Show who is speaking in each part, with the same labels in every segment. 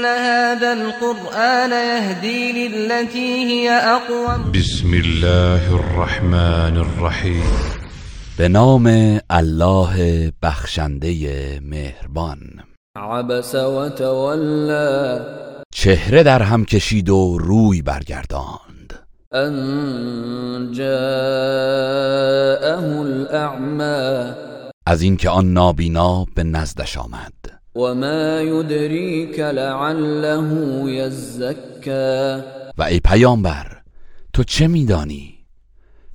Speaker 1: إن هذا القرآن يهدي للتي هي أقوم
Speaker 2: بسم الله الرحمن الرحیم
Speaker 3: به نام الله بخشنده مهربان
Speaker 4: عبس وتولى
Speaker 3: چهره در هم کشید و روی برگرداند
Speaker 4: أن جاءه الأعمى
Speaker 3: از اینکه آن نابینا به نزدش آمد
Speaker 4: وما يدريك لعله يزكى
Speaker 3: و ای پیامبر تو چه میدانی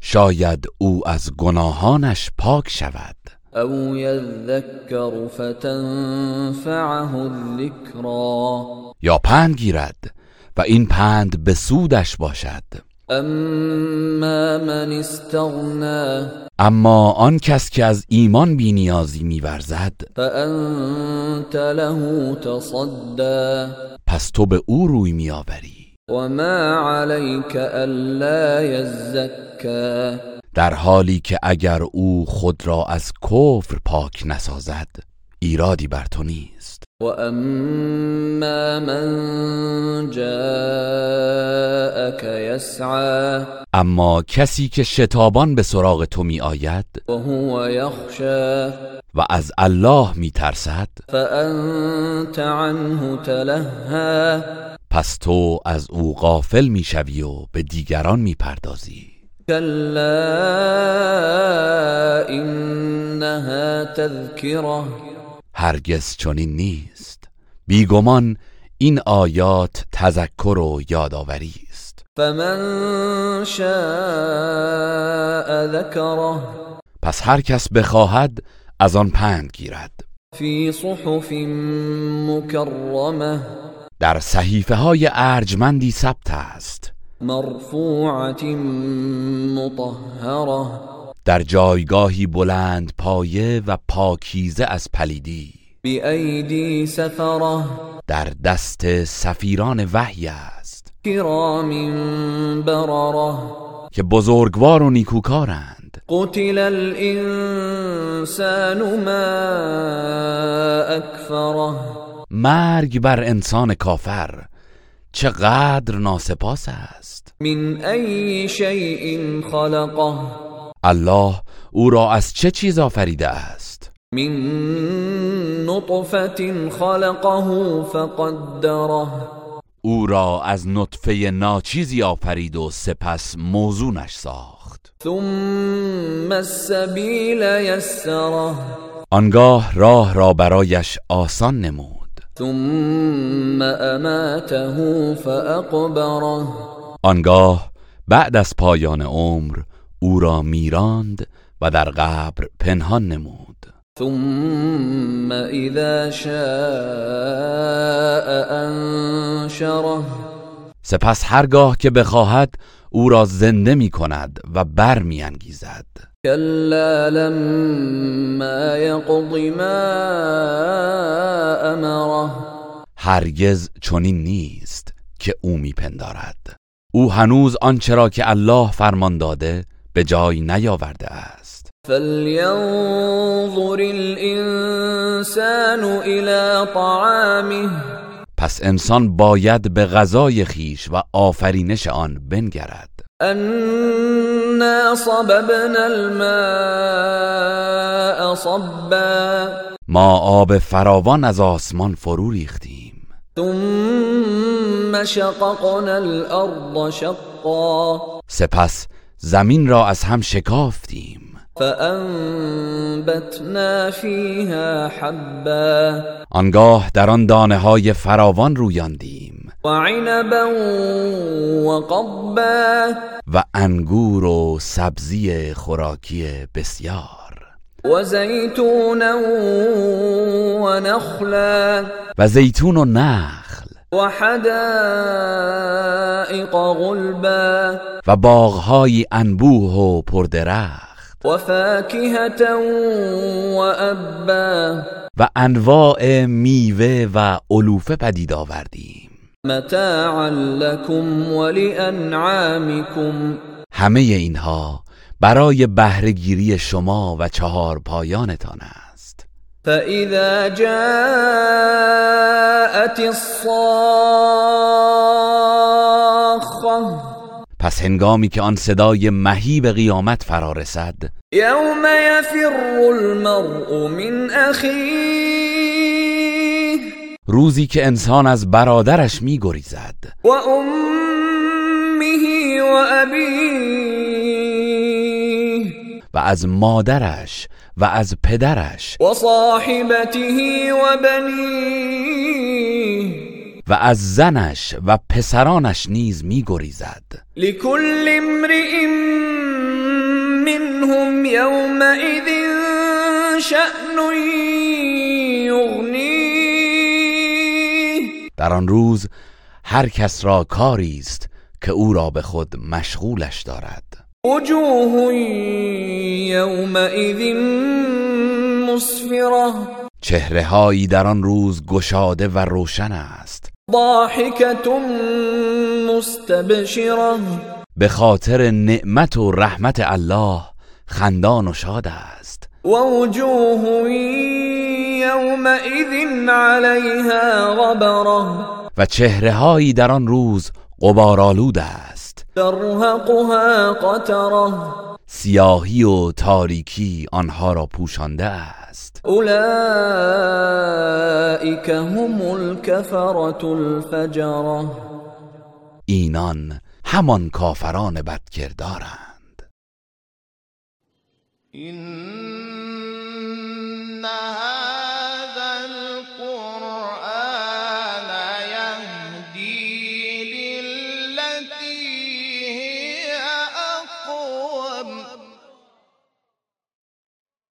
Speaker 3: شاید او از گناهانش پاک شود
Speaker 4: أو يذكر فتنفعه الذكرى
Speaker 3: یا پند گیرد و این پند به سودش باشد
Speaker 4: أما من استغنى
Speaker 3: اما آن کس که از ایمان بینیازی میورزد
Speaker 4: فأنت له تصدى
Speaker 3: پس تو به او روی میآوری
Speaker 4: وما عليك ألا يزكى
Speaker 3: در حالی که اگر او خود را از کفر پاک نسازد ایرادی بر تو نیست
Speaker 4: واما من جاءك يسعى
Speaker 3: اما کسی که شتابان به سراغ تو می آید
Speaker 4: وهو يخشى
Speaker 3: و از الله می ترسد
Speaker 4: فانت عنه تلهى
Speaker 3: پس تو از او غافل می شوی و به دیگران می پردازی
Speaker 4: كلا انها تذكره
Speaker 3: هرگز چنین نیست بیگمان این آیات تذکر و یادآوری است
Speaker 4: فمن شاء ذكره
Speaker 3: پس هر کس بخواهد از آن پند گیرد
Speaker 4: في صحف مكرمه
Speaker 3: در صحیفه های ارجمندی ثبت است
Speaker 4: مرفوعة مطهرة
Speaker 3: در جایگاهی بلند پایه و پاکیزه از پلیدی
Speaker 4: بأيدي سفرة
Speaker 3: در دست سفیران وحی است
Speaker 4: كرام بررة
Speaker 3: که بزرگوار و نیکوکارند
Speaker 4: قتل الإنسان ما أكفره
Speaker 3: مرگ بر انسان کافر چقدر ناسپاس است
Speaker 4: من أي شيء خلقه
Speaker 3: الله او را از چه چیز آفریده است
Speaker 4: من نطفة خلقه فقدره
Speaker 3: او را از نطفه ناچیزی آفرید و سپس موزونش ساخت
Speaker 4: ثم السبيل يسره
Speaker 3: آنگاه راه را برایش آسان نمود
Speaker 4: ثم أماته فأقبره
Speaker 3: آنگاه بعد از پایان عمر او را میراند و در قبر پنهان نمود
Speaker 4: ثم إذا شاء أنشره
Speaker 3: سپس هرگاه که بخواهد او را زنده می کند و بر می انگیزد.
Speaker 4: كلا لما يقض ما أمره
Speaker 3: هرگز چنین نیست که او میپندارد او هنوز آنچه را که الله فرمان داده به جای نیاورده است
Speaker 4: فلينظر الإنسان إلى طعامه
Speaker 3: پس انسان باید به غذای خیش و آفرینش آن بنگرد
Speaker 4: أنا صببنا الماء صبا
Speaker 3: ما آب فراوان از آسمان فرو ریختیم
Speaker 4: ثم شققنا الأرض شقا
Speaker 3: سپس زمین را از هم شکافتیم
Speaker 4: فأنبتنا فيها حبا
Speaker 3: آنگاه در آن دانه های فراوان رویاندیم
Speaker 4: وعنبا وقبا
Speaker 3: و انگور و سبزی خوراکی بسیار
Speaker 4: وزيتونا ونخلا
Speaker 3: و زیتون و نخل
Speaker 4: وحدائق غلبا
Speaker 3: و باغهایی انبوه و پردرخت
Speaker 4: وفاكهة وأبا
Speaker 3: و انواع میوه و علوفه پدید آوردیم
Speaker 4: متاعا لكم ولأنعامكم
Speaker 3: همه اینها برای بهرهگیری شما و چهار پایانتان است
Speaker 4: فإذا جاءت الصاخة
Speaker 3: پس هنگامی که آن صدای مهیب قیامت فرا رسد
Speaker 4: يوم يفر المرء من أخيه
Speaker 3: روزی که انسان از برادرش میگریزد
Speaker 4: وأمه وأبيه
Speaker 3: و از مادرش و از پدرش
Speaker 4: وصاحبته وبنيه
Speaker 3: و از زنش و پسرانش نیز میگریزد
Speaker 4: لكل امرئ منهم يومئذ شأن يغنيه
Speaker 3: در آن روز هر کس را کاری است که او را به خود مشغولش دارد
Speaker 4: وجوه يومئذ مسفرة
Speaker 3: چهره هایی در آن روز گشاده و روشن است
Speaker 4: ضاحكة مستبشرة
Speaker 3: به خاطر نعمت و رحمت الله خندان و شاد است
Speaker 4: ووجوه يومئذ عليها غبرة
Speaker 3: و چهره هایی در آن روز غبارآلود است
Speaker 4: ترهقها قترة
Speaker 3: سیاهی و تاریکی آنها را پوشانده است
Speaker 4: أولئك هم الكفرة الفجرة
Speaker 3: اینان همان کافران بدکردارند
Speaker 5: إن